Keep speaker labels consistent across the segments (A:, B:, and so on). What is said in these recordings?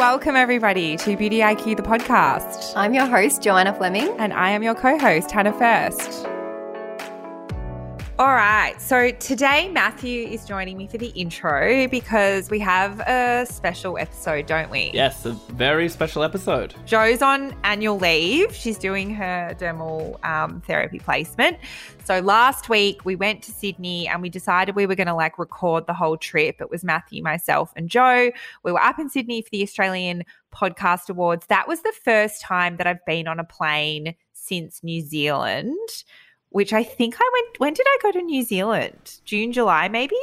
A: Welcome, everybody, to Beauty IQ, the podcast.
B: I'm your host, Joanna Fleming.
A: And I am your co host, Hannah First. All right, so today Matthew is joining me for the intro because we have a special episode, don't we?
C: Yes, a very special episode.
A: Jo's on annual leave. She's doing her dermal um, therapy placement. So last week we went to Sydney and we decided we were going to like record the whole trip. It was Matthew, myself, and Joe. We were up in Sydney for the Australian Podcast Awards. That was the first time that I've been on a plane since New Zealand, which I think I went. When did I go to New Zealand? June, July, maybe?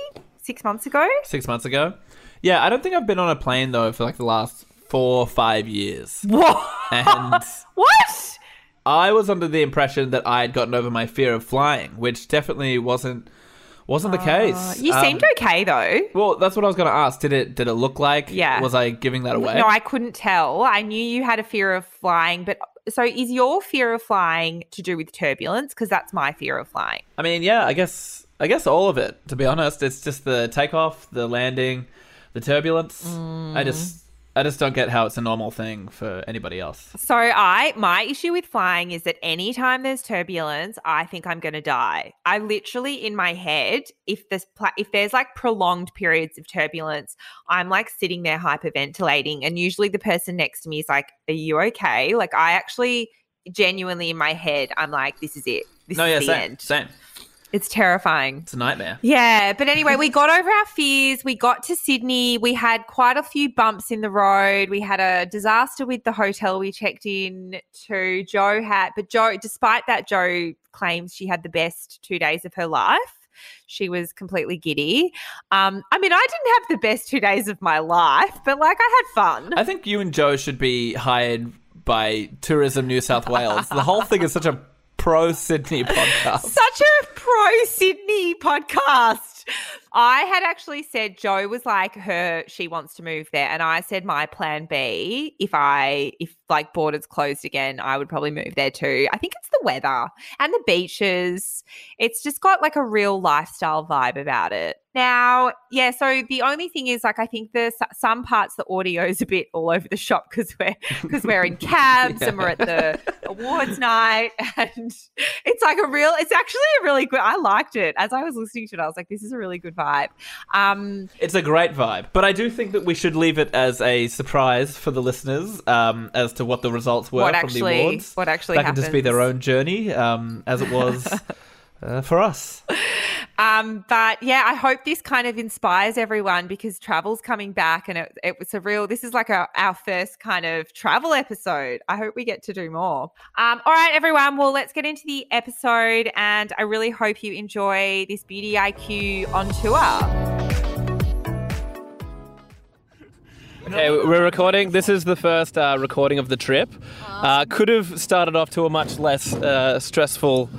A: Six months ago?
C: Six months ago. Yeah, I don't think I've been on a plane though for like the last four or five years.
A: What?
C: And
A: what?
C: I was under the impression that I had gotten over my fear of flying, which definitely wasn't wasn't the case.
A: Uh, You
C: Um,
A: seemed okay though.
C: Well, that's what I was going to ask. Did it did it look like?
A: Yeah.
C: Was I giving that away?
A: No, I couldn't tell. I knew you had a fear of flying, but so is your fear of flying to do with turbulence? Because that's my fear of flying.
C: I mean, yeah, I guess I guess all of it. To be honest, it's just the takeoff, the landing, the turbulence.
A: Mm.
C: I just I just don't get how it's a normal thing for anybody else.
A: So I my issue with flying is that anytime there's turbulence, I think I'm going to die. I literally in my head, if there's pla- if there's like prolonged periods of turbulence, I'm like sitting there hyperventilating and usually the person next to me is like, "Are you okay?" Like I actually genuinely in my head, I'm like, "This is it. This
C: no,
A: is
C: yeah,
A: the
C: same,
A: end."
C: same.
A: It's terrifying.
C: It's a nightmare.
A: Yeah, but anyway, we got over our fears. We got to Sydney. We had quite a few bumps in the road. We had a disaster with the hotel we checked in to. Joe had, but Joe, despite that, Joe claims she had the best two days of her life. She was completely giddy. Um, I mean, I didn't have the best two days of my life, but like I had fun.
C: I think you and Joe should be hired by Tourism New South Wales. the whole thing is such a pro Sydney podcast.
A: Such a pro Sydney podcast. I had actually said Joe was like her she wants to move there and I said my plan B if I if like borders closed again I would probably move there too. I think it's the weather and the beaches. It's just got like a real lifestyle vibe about it. Now, yeah, so the only thing is like I think there's some parts the audio's a bit all over the shop cuz we're cuz we're in cabs and we're at the awards night and it's like a real it's actually a really good i liked it as i was listening to it i was like this is a really good vibe um
C: It's a great vibe, but I do think that we should leave it as a surprise for the listeners um, as to what the results were
A: What
C: from
A: actually-
C: the awards.
A: what actually
C: that can just be their
A: happens.
C: own journey, um, as it was uh, for us.
A: um but yeah i hope this kind of inspires everyone because travel's coming back and it, it was a real this is like our, our first kind of travel episode i hope we get to do more um all right everyone well let's get into the episode and i really hope you enjoy this beauty iq on tour
D: Okay, we're recording. This is the first uh, recording of the trip. Uh, could have started off to a much less uh, stressful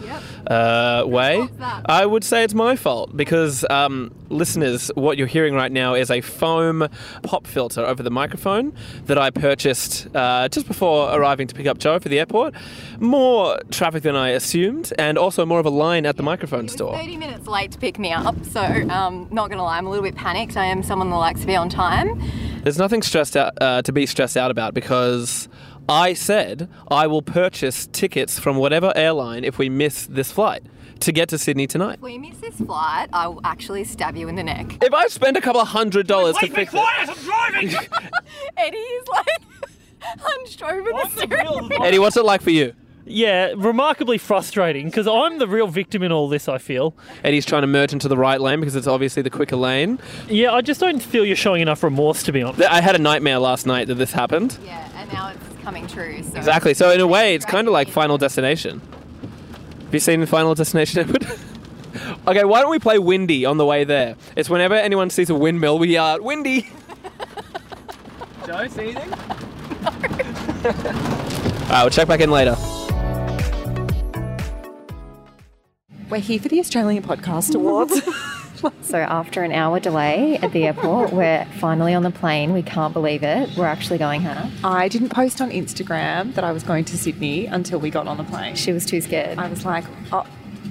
D: uh, way. I would say it's my fault because, um, listeners, what you're hearing right now is a foam pop filter over the microphone that I purchased uh, just before arriving to pick up Joe for the airport. More traffic than I assumed, and also more of a line at the microphone store.
B: 30 minutes late to pick me up, so um, not gonna lie, I'm a little bit panicked. I am someone that likes to be on time.
D: There's nothing stressed out uh, to be stressed out about because I said I will purchase tickets from whatever airline if we miss this flight to get to Sydney tonight.
B: If we miss this flight, I will actually stab you in the neck.
D: If I spend a couple of hundred dollars to fix it,
E: I'm driving!
B: Eddie is like hunched over the steering wheel.
D: Eddie, what's it like for you?
E: Uh, yeah, remarkably frustrating because I'm the real victim in all this, I feel.
D: Eddie's trying to merge into the right lane because it's obviously the quicker lane.
E: Yeah, I just don't feel you're showing enough remorse, to be honest.
D: Th- I had a nightmare last night that this happened.
B: Yeah, and now it's coming true. So.
D: Exactly. So in a way, it's kind of like Final Destination. Have you seen Final Destination, Edward? okay, why don't we play Windy on the way there? It's whenever anyone sees a windmill, we yell out, Windy! Joe, see anything? All right, we'll check back in later.
F: We're here for the Australian Podcast Awards.
G: So, after an hour delay at the airport, we're finally on the plane. We can't believe it. We're actually going, Hannah.
F: I didn't post on Instagram that I was going to Sydney until we got on the plane.
G: She was too scared.
F: I was like, oh,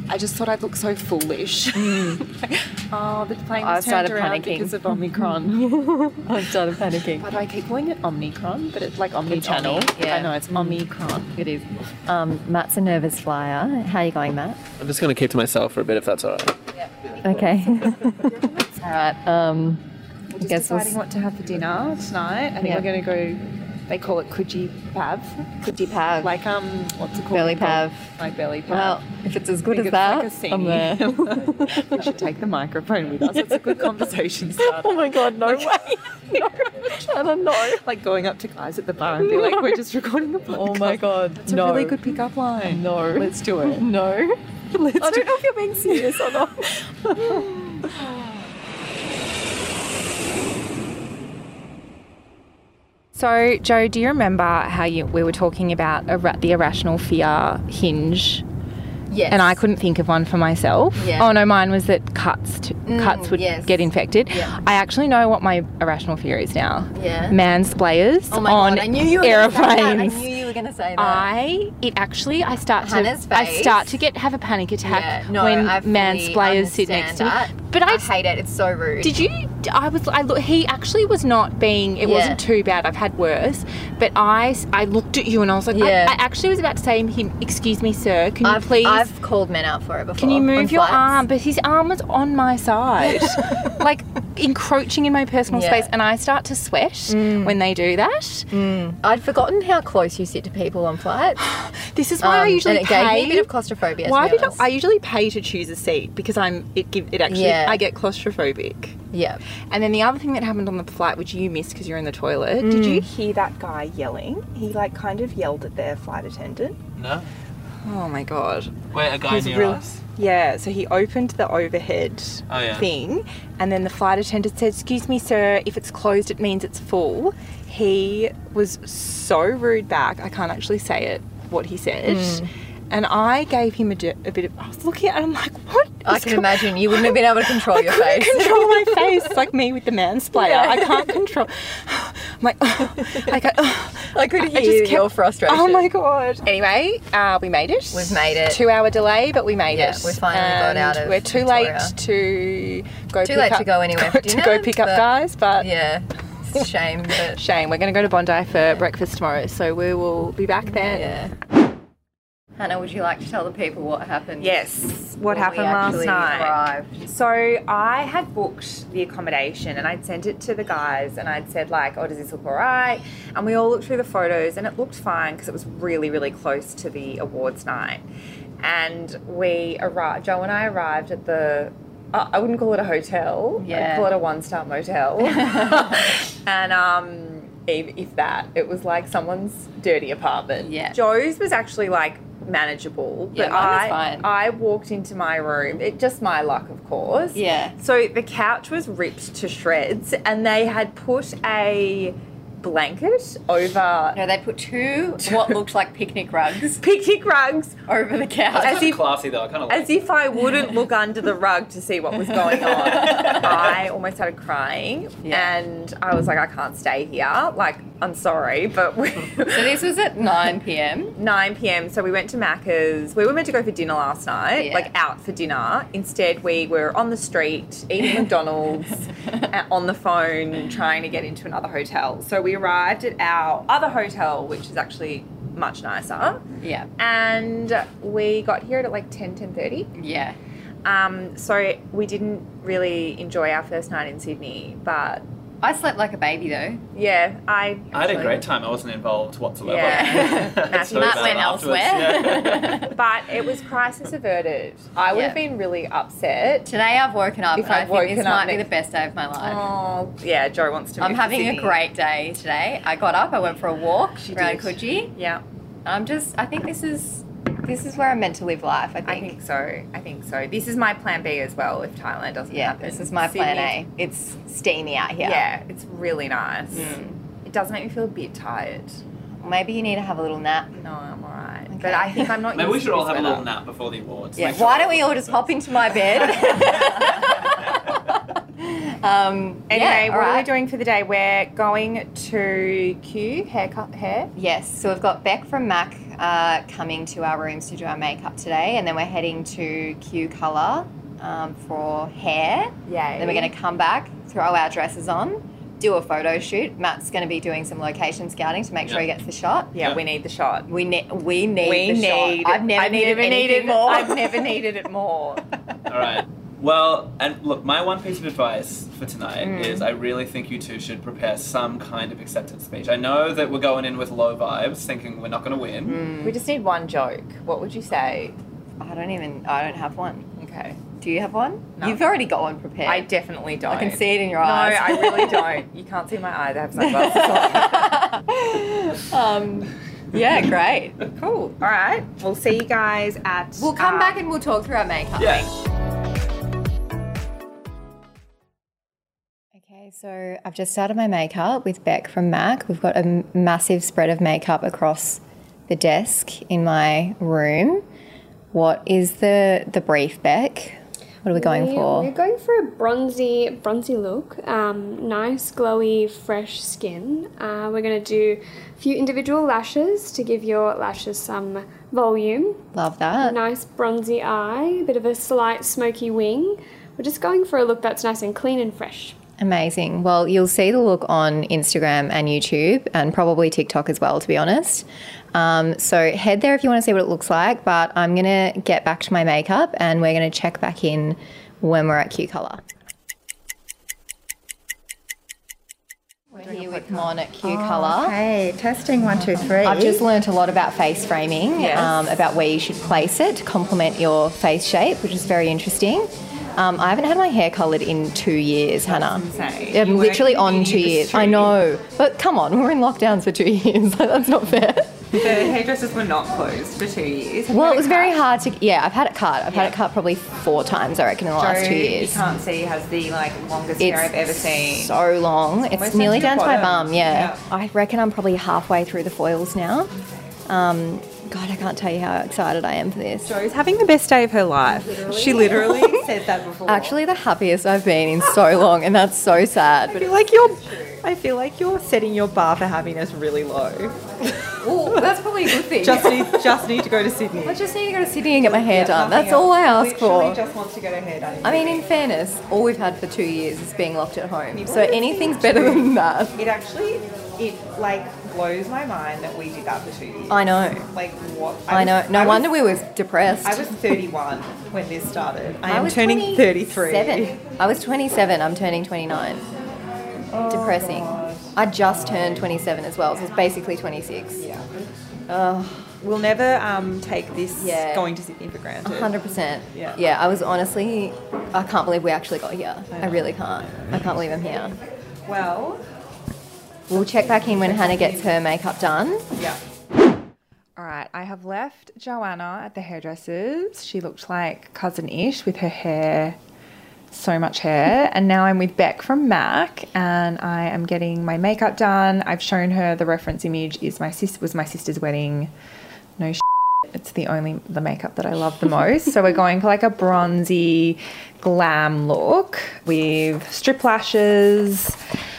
F: I just thought I'd look so foolish. oh, the
G: Mm.
F: plane
G: I
F: was turned
G: started
F: around
G: panicking.
F: because of Omicron.
G: I started panicking.
F: Why do I keep calling it Omicron? But it's like Omni-channel.
G: Omni, yeah. Mm.
F: I know, it's Omicron. It is.
G: Um, Matt's a nervous flyer. How are you going, Matt?
D: I'm just going to keep to myself for a bit if that's all right.
G: Okay. All right. Um,
F: We're just
G: guess we'll
F: deciding what to have for dinner tonight. I think
G: Yeah.
F: we're going to go, they call it Kuji Pav.
G: Kuti Pav.
F: Like um, what's it called?
G: Belly pav.
F: Like belly pav.
G: well, if it's as good as
F: think
G: that,
F: it's like a
G: I'm there.
F: singing. we should take the microphone with us. It's a good conversation starter.
G: Oh my god, no way. no, I don't know.
F: Like going up to guys at the bar and be like, "We're just recording the podcast."
G: Oh my god.
F: It's a
G: no.
F: really good pickup line.
G: No.
F: let's do it.
G: No.
F: Let's
G: I
F: do
G: don't know if you're being serious or not.
H: So, Joe, do you remember how you we were talking about ira- the irrational fear hinge?
I: Yes.
H: And I couldn't think of one for myself.
I: Yeah. Mm,
H: Oh no, mine was that cuts to, cuts would
I: yes.
H: get infected.
I: Yeah.
H: I actually know what my irrational fear is now.
I: Yeah.
H: Mansplayers
I: Oh my
H: on
I: god! I knew you were gonna say that. I
H: airplanes.
I: knew you were going to say that.
H: I it actually I start to
I: Hannah's
H: I
I: face.
H: start to get have a panic attack
I: Yeah, no,
H: when
I: I fully
H: mansplayers sit next to me.
I: understand that.
H: But
I: I
H: I
I: hate it. It's so rude.
H: did you? I was. I look. He actually was not being. It
I: Yeah.
H: wasn't too bad. I've had worse. But I. s- I looked at you and I was like. I-
I: Yeah.
H: I, actually was about to say to him. Excuse me, sir. Can you
I: I've,
H: please?
I: I've called men out for it before.
H: can you
I: on
H: move your
I: flights.
H: arm? But his arm was on my side, like encroaching in my personal
I: Yeah. Mm.
H: space, and I start to sweat when they do that.
I: I'd forgotten how close you sit to people on flights.
H: This is why I
I: Um,
H: usually
I: and it
H: pay.
I: gave me a bit of claustrophobia. to
F: Why
I: be
F: did I,
I: honest.
F: I usually pay to choose a seat because I'm it give it actually
I: Yeah.
F: I get claustrophobic.
I: Yeah.
H: And
F: And then the other thing that happened on the flight, which you missed because you're in the toilet, did
I: Mm.
F: you hear that guy yelling? He like kind of yelled at their flight attendant.
D: No.
F: Oh my god!
D: Wait, a guy
F: He's near really- us? Yeah, so he opened the overhead
D: Oh, yeah.
F: thing, and then the flight attendant said, "Excuse me, sir. If it's closed, it means it's full." He was so rude back. I can't actually say it what he said.
I: Mm.
F: And I gave him a, di- a bit of. I was looking at it, I'm like, what?
I: I
F: is
I: can
F: go-
I: imagine you wouldn't have been able to control your
F: couldn't
I: face.
F: control my face. It's like me with the mansplayer. I can't control. I'm like, oh, like I,
I: I could hear
F: just kept-
I: your frustration.
F: oh my god. Anyway, uh, we made
H: Oh,
F: it.
I: We've made it.
F: Two hour delay, but we made
I: Yeah,
F: it.
I: we finally got
F: And
I: out of
F: We're too
I: Victoria.
F: late to go.
I: Too
F: pick
I: late to
F: up-
I: go anywhere for
F: to
I: dinner,
F: go pick up
I: but-
F: guys, but
I: Yeah. It's a shame, but
F: shame. We're going to go to Bondi for breakfast tomorrow, so we will be back then.
I: yeah. Hannah, would you like to tell the people what happened?
A: Yes, what
I: when we
A: happened last
I: actually
A: night?
I: arrived?
A: So I had booked the accommodation and I'd sent it to the guys and I'd said like, "Oh, does this look alright?" And we all looked through the photos and it looked fine because it was really, really close to the awards night. And we arrived. Joe and I arrived at the. I I wouldn't call it a hotel. I'd
I: Yeah.
A: call it a one-star motel. and um, if, if that, it was like someone's dirty apartment.
I: Yeah.
A: Joe's was actually like manageable,
I: Yeah,
A: but
I: mine was
A: I
I: fine.
A: I walked into my room. It just my luck, of course.
I: Yeah.
A: So the couch was ripped to shreds, and they had put a blanket over
I: No, they put two what looked like picnic rugs
A: picnic rugs,
I: over the couch.
A: as if
D: classy though. I kind of
A: as if I wouldn't look under the rug to see what was going on. I almost started crying,
I: Yeah.
A: and I was like, I can't stay here. Like, I'm sorry, but we,
I: So this was at 9 p.m.
A: 9 p.m. So we went to Macca's. We were meant to go for dinner last night,
I: Yeah.
A: like out for dinner. Instead, we were on the street eating McDonald's uh, on the phone, trying to get into another hotel. So we arrived at our other hotel, which is actually much nicer.
I: Yeah.
A: And we got here at like 10, 10.30.
I: Yeah.
A: Um, so we didn't really enjoy our first night in Sydney, but
I: I slept like a baby though.
A: yeah, I...
D: I had a
A: actually-
D: great time. I wasn't involved whatsoever.
A: Yeah.
D: It's so
I: Matt
D: bad
I: went
D: afterwards,
I: elsewhere.
D: yeah.
A: But it was crisis averted. I would have
I: Yeah.
A: been really upset
I: Today I've woken up
A: If
I: and I
A: I'd
I: think
A: woken
I: this
A: up
I: might be the
A: next-
I: best day of my life.
A: Oh, yeah, Joe wants to.
I: I'm
A: move to
I: having a
A: Sydney.
I: great day today. I got up, I went for a walk
A: She
I: around
A: did.
I: Coogee.
A: Yeah,
I: I'm just I think this is this is where I'm meant to live life, I
A: I
I: think.
A: think so. I think so. This is my plan B as well. If Thailand doesn't
I: yeah,
A: happen,
I: this is my plan
A: Sydney's-
I: A. It's steamy out here.
A: Yeah. it's really nice.
I: Mm.
A: It does make me feel a bit tired.
I: Maybe you need to have a little nap.
A: No, I'm alright. but I think I'm not.
D: Maybe we
A: used
D: should
A: to
D: all
A: this
D: have a
A: weather.
D: little nap before the awards.
J: Yeah,
D: Make sure
J: why don't
D: all
J: we all just hop into my bed? um, yeah,
A: Anyway,
J: all
A: what are we
J: right.
A: doing for the day? We're going to Q haircut hair.
J: Yes, so we've got Beck from Mac uh, coming to our rooms to do our makeup today, and then we're heading to Q Color um, for hair.
A: Yay.
J: Then we're going to come back, throw our dresses on, do a photo shoot. Matt's going to be doing some location scouting to make sure he gets the shot.
A: Yeah, we need the shot.
J: We, ne- we need
A: We
J: the
A: need.
J: shot. I've never
A: I've
J: needed,
A: never
J: anything
A: needed
J: more.
A: I've never needed it more.
D: All right. Well, and look, my one piece of advice for tonight is I really think you two should prepare some kind of acceptance speech. I know that we're going in with low vibes, thinking we're not going to win.
A: We just need one joke. What would you say?
J: I don't even, I don't have one.
A: Okay.
J: Do you have one?
A: No.
J: You've already got one prepared.
A: I definitely don't.
J: I can see it in your
A: No,
J: eyes.
A: I really don't. You can't see my eyes. I have sunglasses
J: um, yeah, great.
A: on. Cool. All right. We'll see you guys at.
J: We'll come
A: uh,
J: back and we'll talk through our
I: Hmm.
J: makeup.
D: Yeah.
I: Okay, so I've just started my makeup with Beck from MAC. We've got a m- massive spread of makeup across the desk in my room. What is the the brief, Beck? What are we going
K: We're
I: for?
K: going for a bronzy, bronzy look. Um, nice, glowy, fresh skin. Uh, we're going to do a few individual lashes to give your lashes some volume.
I: Love that.
K: Nice bronzy eye, a bit of a slight smoky wing. We're just going for a look that's nice and clean and fresh.
I: Amazing. Well, you'll see the look on Instagram and YouTube and probably TikTok as well, to be honest. Um, so head there if you want to see what it looks like, but I'm going to get back to my makeup and we're going to check back in when we're at Q Color. We're here with Mon at Q Color.
F: Hey, testing one, two, three.
I: I've just learnt a lot about face framing, um, about where you should place it to complement your face shape, which is very interesting. Um, I haven't had my hair coloured in two years, Hannah.
A: insane.
I: I'm
A: You work
I: literally
A: in
I: on
A: the
I: two years. I
A: industry.
I: know, but come on, we were in lockdowns for two years. Like, That's not fair.
A: The hairdressers were not closed for two years.
I: Well, it was very hard to. Yeah, I've had it cut. I've had it cut probably four times, I reckon, in the last two years.
A: You can't see has the like longest
I: It's
A: hair I've ever seen.
I: so long. It's,
A: almost
I: nearly
A: down to
I: down to
A: your
I: my
A: bottom.
I: bum. Yeah.
A: Yeah.
I: I reckon I'm probably halfway through the foils now. Um, God, I can't tell you how excited I am for this.
A: Joe's having the best day of her life. She literally said that before.
I: Actually, the happiest I've been in so long, and that's so sad.
A: I feel like you're. I feel like you're setting your bar for happiness really low.
J: Well, that's probably a good thing.
A: Just need, just need to go to Sydney.
I: I just need to go to Sydney and get my hair done. That's
A: Nothing
I: all I
A: else.
I: ask
A: Literally
I: for.
A: just wants to get her hair done.
I: I mean, in fairness, all we've had for two years is being locked at home. So anything's better than that.
A: It actually, it like blows my mind that we did that for two years.
I: I know.
A: Like what?
I: I
A: was-
I: know. No
A: was-
I: wonder we was depressed.
A: I was 31 when this started. I
I: I
A: am
I: was
A: turning 33.
I: 27. I was 27. I'm turning 29. Depressing. I just turned 27 as well, so it's basically 26. Yeah. Oh,
A: We'll never um, take this
I: Yeah.
A: going to Sydney for granted.
I: 100%.
A: Yeah.
I: Yeah, I was honestly, I can't believe we actually got here. I really can't. I can't believe I'm here.
A: Well,
I: We'll check back in when Hannah gets her makeup done.
A: yeah. All right, I have left Joanna at the hairdresser's. She looked like cousin Ish with her hair, so much hair. And now I'm with Beck from Mac, and I am getting my makeup done. I've shown her the reference image is my sis was my sister's wedding. No, sh- it's the only the makeup that I love the most. so we're going for like a bronzy, glam look with strip lashes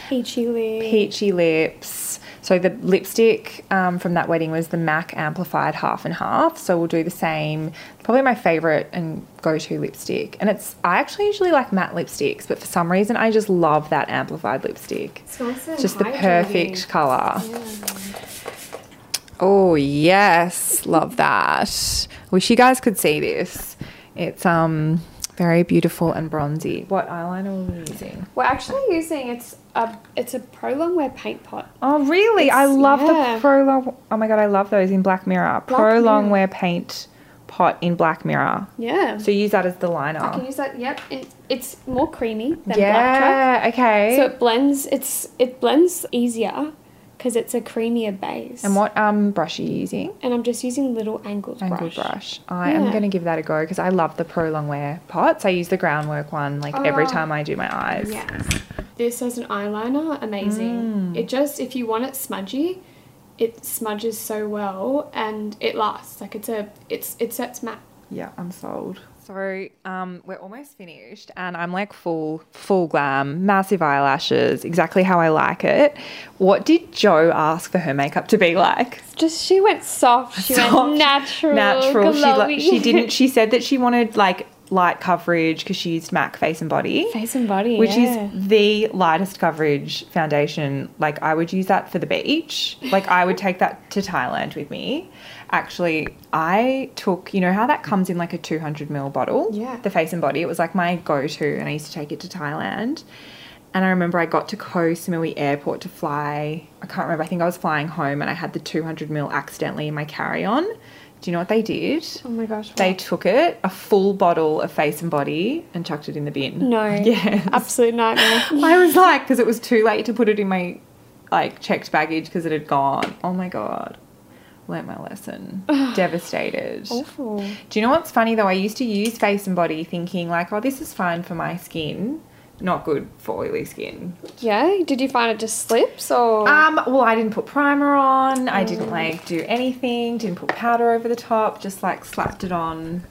K: Peachy lip.
A: peachy lips. So the lipstick um, from that wedding was the MAC Amplified Half and Half. So we'll do the same. Probably my favorite and go-to lipstick. And it's I actually usually like matte lipsticks, but for some reason I just love that amplified lipstick. It's
K: nice and
A: just the
K: hydrating.
A: perfect color. Oh yes, love that. Wish you guys could see this. It's um very beautiful and bronzy. What eyeliner are we using?
K: We're actually using it's a it's a prolongwear paint pot.
A: Oh, really? I
K: It's-
A: love
K: yeah.
A: the prolong. Oh my god, I love those in Black Mirror. Pro long
K: Mirror.
A: wear paint pot in Black Mirror.
K: Yeah.
A: So use that as the liner.
K: I can use that. Yep, and it's more creamy than black
A: yeah.
K: truck.
A: Okay.
K: So it blends. It's it blends easier because it's a creamier base.
A: and what um brush are you using?
K: And I'm just using little angled,
A: Angled
K: brush.
A: brush. I am
K: Yeah.
A: going to give that a go because I love the pro long wear pots. I use the groundwork one like
K: Oh.
A: every time I do my eyes.
K: Mm. Yes. This as an eyeliner, amazing. It just if you want it smudgy, it smudges so well and it lasts. Like it's a it's it sets matte.
A: Yeah, I'm sold. So um, we're almost finished, and I'm like full, full glam, massive eyelashes, exactly how I like it. What did Jo ask for her makeup to be like?
K: Just she went soft. She
A: Soft,
K: went natural.
A: Natural. She
K: Oh, glowy.
A: li- she didn't. She said that she wanted like light coverage because she used Mac Face and Body.
K: face and body,
A: which
K: yeah.
A: is the lightest coverage foundation. Like I would use that for the beach. Like I would take that to Thailand with me. Actually, I took you know how that comes in like a two hundred ml bottle.
K: Yeah.
A: The face and body. It was like my go to, and I used to take it to Thailand. And I remember I got to Koh Samui Airport to fly. I can't remember. I think I was flying home, and I had the two hundred ml accidentally in my carry on. Do you know what they did?
K: Oh my gosh.
A: They took it, a full bottle of face and body, and chucked it in the bin.
K: No.
A: Yeah.
K: Absolute nightmare.
A: I was like, because it was too late to put it in my like checked baggage because it had gone. Oh my god, learnt my lesson. Devastated.
K: Awful.
A: Do you know what's funny though? I used to use face and body thinking like, oh, this is fine for my skin. Not good for oily skin.
K: Yeah. Did you find it just slips or?
A: Um, well, I didn't put primer on. I didn't like do anything. Didn't put powder over the top. Just like slapped it on.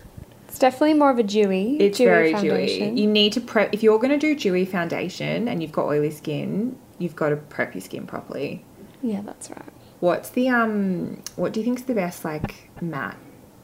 K: it's definitely more of a dewy.
A: It's
K: dewy E-
A: very
K: foundation.
A: dewy. You need to prep if you're going to do dewy foundation and you've got oily skin. You've got to prep your skin properly.
K: Yeah, that's right.
A: What's the um? What do you think's the best like matte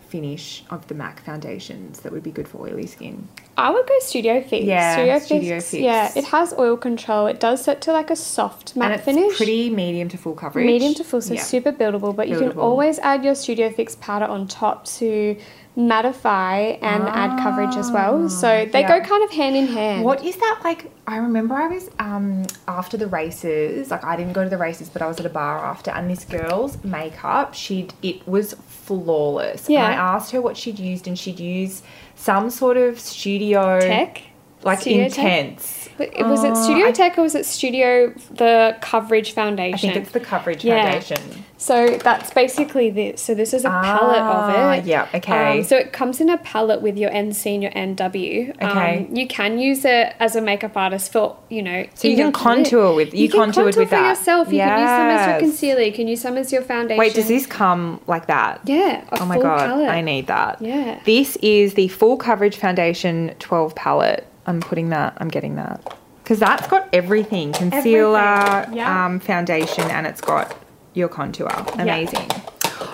A: finish of the MAC foundations that would be good for oily skin?
K: I would go Studio Fix.
A: Yeah,
K: Studio,
A: Studio
K: Fix.
A: Fix.
K: Yeah, it has oil control. It does set to like a soft matte
A: and it's
K: finish.
A: pretty medium to full coverage.
K: Medium to full, so
A: Yeah.
K: super buildable, but you can
A: Buildable.
K: always add your Studio Fix powder on top to mattify and add coverage as well. So they
A: Ah, yeah.
K: go kind of hand in hand.
A: What is that like? I remember I was um, after the races. Like I didn't go to the races, but I was at a bar after, and this girl's makeup, she would it was flawless.
K: Yeah.
A: And I asked her what she'd used, and she'd used some sort of studio
K: Tech?
A: like
K: Studio tech?
A: intense.
K: But it- was it
A: Oh,
K: Studio
A: I-
K: Tech or was it Studio the coverage foundation?
A: I think it's the coverage
K: Yeah.
A: foundation.
K: So that's basically this. So this is a palette
A: Ah,
K: of it.
A: yeah, okay.
K: Um, so it comes in a palette with your NC and your NW. Um,
A: Okay.
K: you can use it as a makeup artist for you know.
A: So you
K: in
A: can
K: your
A: contour with- you
K: can
A: contoured with
K: for
A: that.
K: yourself. You can use them as your
A: Yes.
K: concealer. You can use some as your foundation.
A: Wait, does this come like that?
K: Yeah. A
A: oh my
K: full
A: god,
K: palette.
A: I need that.
K: Yeah.
A: This is the full coverage foundation 12 palette. I'm putting that. I'm getting that because that's got everything: concealer,
K: Everything, yeah.
A: um, foundation, and it's got your contour.
K: Yeah.
A: Amazing.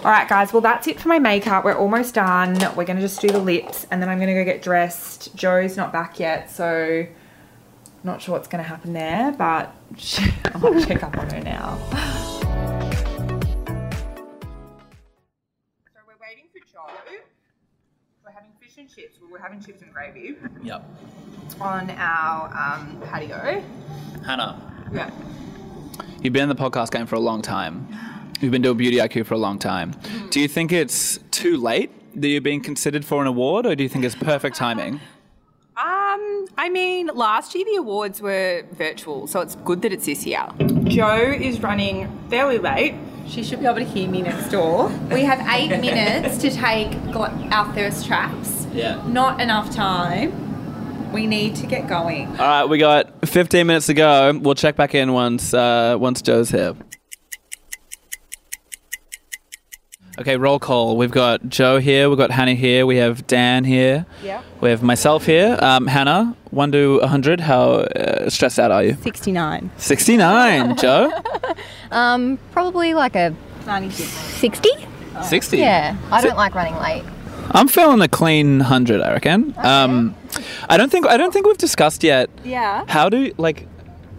A: All right, guys. Well, that's it for my makeup. We're almost done. We're gonna just do the lips, and then I'm gonna go get dressed. Joe's not back yet, so not sure what's gonna happen there. But I might check up on her now.
L: We're having fish and chips. Well, we're having chips and gravy
M: Yep.
L: on our um, patio.
M: Hannah,
L: Yeah.
M: you've been in the podcast game for a long time. You've been doing Beauty IQ for a long time. Do you think it's too late that you're being considered for an award, or do you think it's perfect timing?
N: Um, I mean, last year the awards were virtual, so it's good that it's this year.
L: Joe is running fairly late. She should be able to hear me next door.
H: We have eight minutes to take gl- our thirst traps.
M: Yeah.
H: Not enough time. We need to get going.
D: All right, we got 15 minutes to go. We'll check back in once uh, once Joe's here. Okay, roll call. We've got Joe here. We've got Hannah here. We have Dan here.
H: Yeah.
D: We have myself here. Um, Hannah, one to 100. How uh, stressed out are you?
I: 69.
D: 69, Joe.
I: Um, probably like a 60?
D: 60?
I: Yeah. I
D: So-
I: don't like running late.
D: I'm feeling a clean 100, I reckon. Um, I don't think I don't think we've discussed yet.
I: Yeah.
D: How do like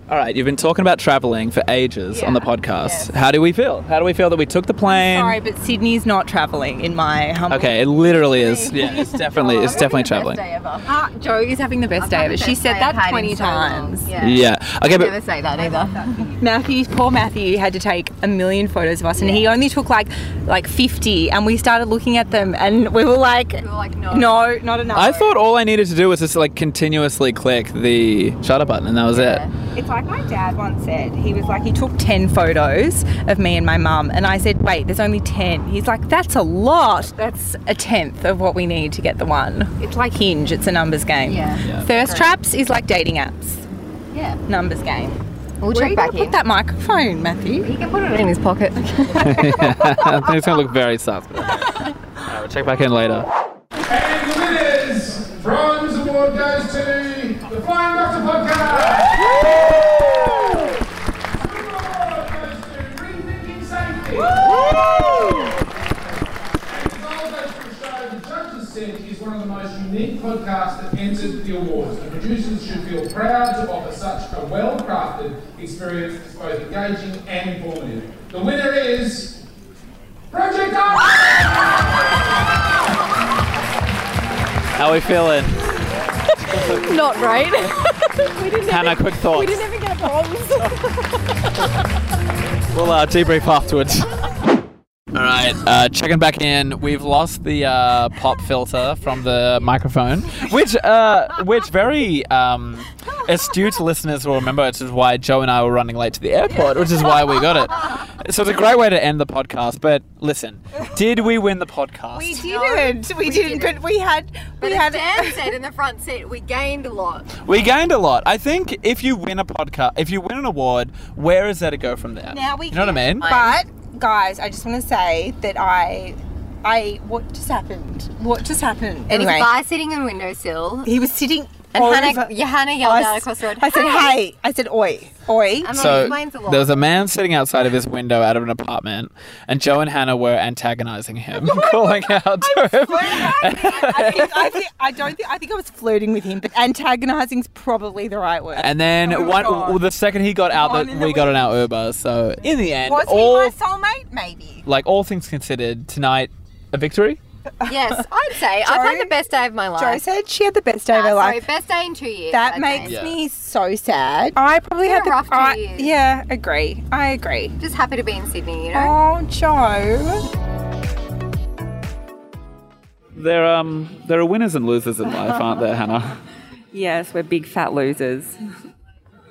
D: all right, you've been talking about traveling for ages on the podcast. How do we feel? How do we feel that we took the plane?
H: Sorry, but Sydney's not travelling in my humble.
D: Okay, it literally is. Yeah, it's definitely
H: Oh,
D: it's definitely traveling.
H: Ah, Joe is having the best day ever. She said that 20 times.
D: Yeah. Okay, but
H: never say that either. Matthew's poor Matthew had to take a million photos of us, and he only took like like 50, and we started looking at them, and we were like, we were like no, no, not enough.
D: I thought all I needed to do was just like continuously click the shutter button and that was it.
H: It's like my dad once said. He was like, he took 10 photos of me and my mum. And I said, wait, there's only 10. He's like, that's a lot. That's a tenth of what we need to get the one. It's like Hinge, it's a numbers game.
I: Yeah. Yeah.
H: Thirst traps is like dating apps.
I: Yeah.
H: Numbers game.
I: We'll
H: Where
I: check
H: are you
I: back
H: gonna
I: in.
H: Put that microphone, Matthew.
I: You can put it in his pocket.
D: I think it's gonna look very sus. but- Alright, we'll check back in later.
K: And the winners, bronze award goes to the Flying Doctor Podcast. Silver award goes to Rethinking Safety. And the gold goes to a show the judges said is one of the most unique podcasts that entered the awards. The producers should feel proud to offer such a well-crafted experience that's both engaging and informative. The winner is Project
D: How we feeling?
O: Not right. we didn't
D: Hannah, quick
O: We
D: thoughts.
O: didn't even get bombs.
D: We'll uh, debrief afterwards. All right, uh, checking back in. We've lost the uh, pop filter from the microphone, which uh, which very um, astute listeners will remember. Which is why Joe and I were running late to the airport, which is why we got it. So it's a great way to end the podcast. But listen, did we win the podcast?
H: We didn't. we, didn't, But we had.
I: But
H: we
I: as
H: had.
I: Dan said in the front seat, we gained a lot.
D: We gained a lot. I think if you win a podcast, if you win an award, where is there to go from there?
H: Now we
D: you know what I mean?
H: But guys, I just want to say that I, I what just happened? What just happened?
I: There was a
H: Anyway,
I: guy sitting on a windowsill.
H: he was sitting.
I: And
H: over-
I: Hannah- yeah, Hannah yelled
H: I
I: out
H: s-
I: across the road,
H: I said,
I: "Hey!"
H: "Hey!" I said, "Oi, oi!"
D: so there was a man sitting outside of his window out of an apartment, and Joe and Hannah were antagonizing him, calling out to him.
H: I, think, I, think, I don't think I think I was flirting with him, but antagonizing is probably the right word.
D: And then one, well, the second he got out, that we got in our Uber. So in the end,
H: was
D: all
H: he my soulmate? Maybe.
D: like all things considered, tonight a victory.
I: Yes, I'd say I've had
H: Joe-
I: the best day of my life. Uh,
H: Joe said she had the best day of her
I: Sorry,
H: life.
I: best day in two years.
H: That
I: I'd
H: makes
I: say.
H: me so sad. I probably
I: Been
H: had
I: a
H: the
I: rough two
H: I-
I: years.
H: Yeah, agree. I agree.
I: Just happy to be in Sydney, you know.
H: Oh, Joe.
D: There um there are winners and losers in
F: life, aren't
D: there, Hannah?
F: Yes, we're big fat losers.
H: Oh.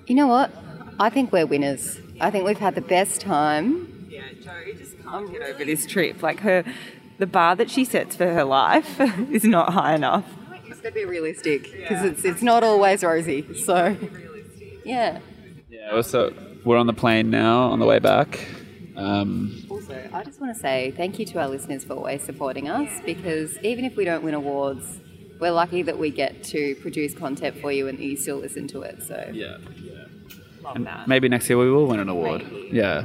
I: You know what? I think we're winners. I think we've had the best time.
F: Yeah, Joe just can't get over this trip. Like her, the bar that she sets for her life is not high enough.
I: It's got to be realistic because it's it's not always rosy. So, yeah.
D: Yeah, so we're on the plane now on the way back. Um,
I: Also, I just want to say thank you to our listeners for always supporting us because even if we don't win awards, we're lucky that we get to produce content for you and that you still listen to it. So
D: yeah, and maybe next year we will win an award. Yeah.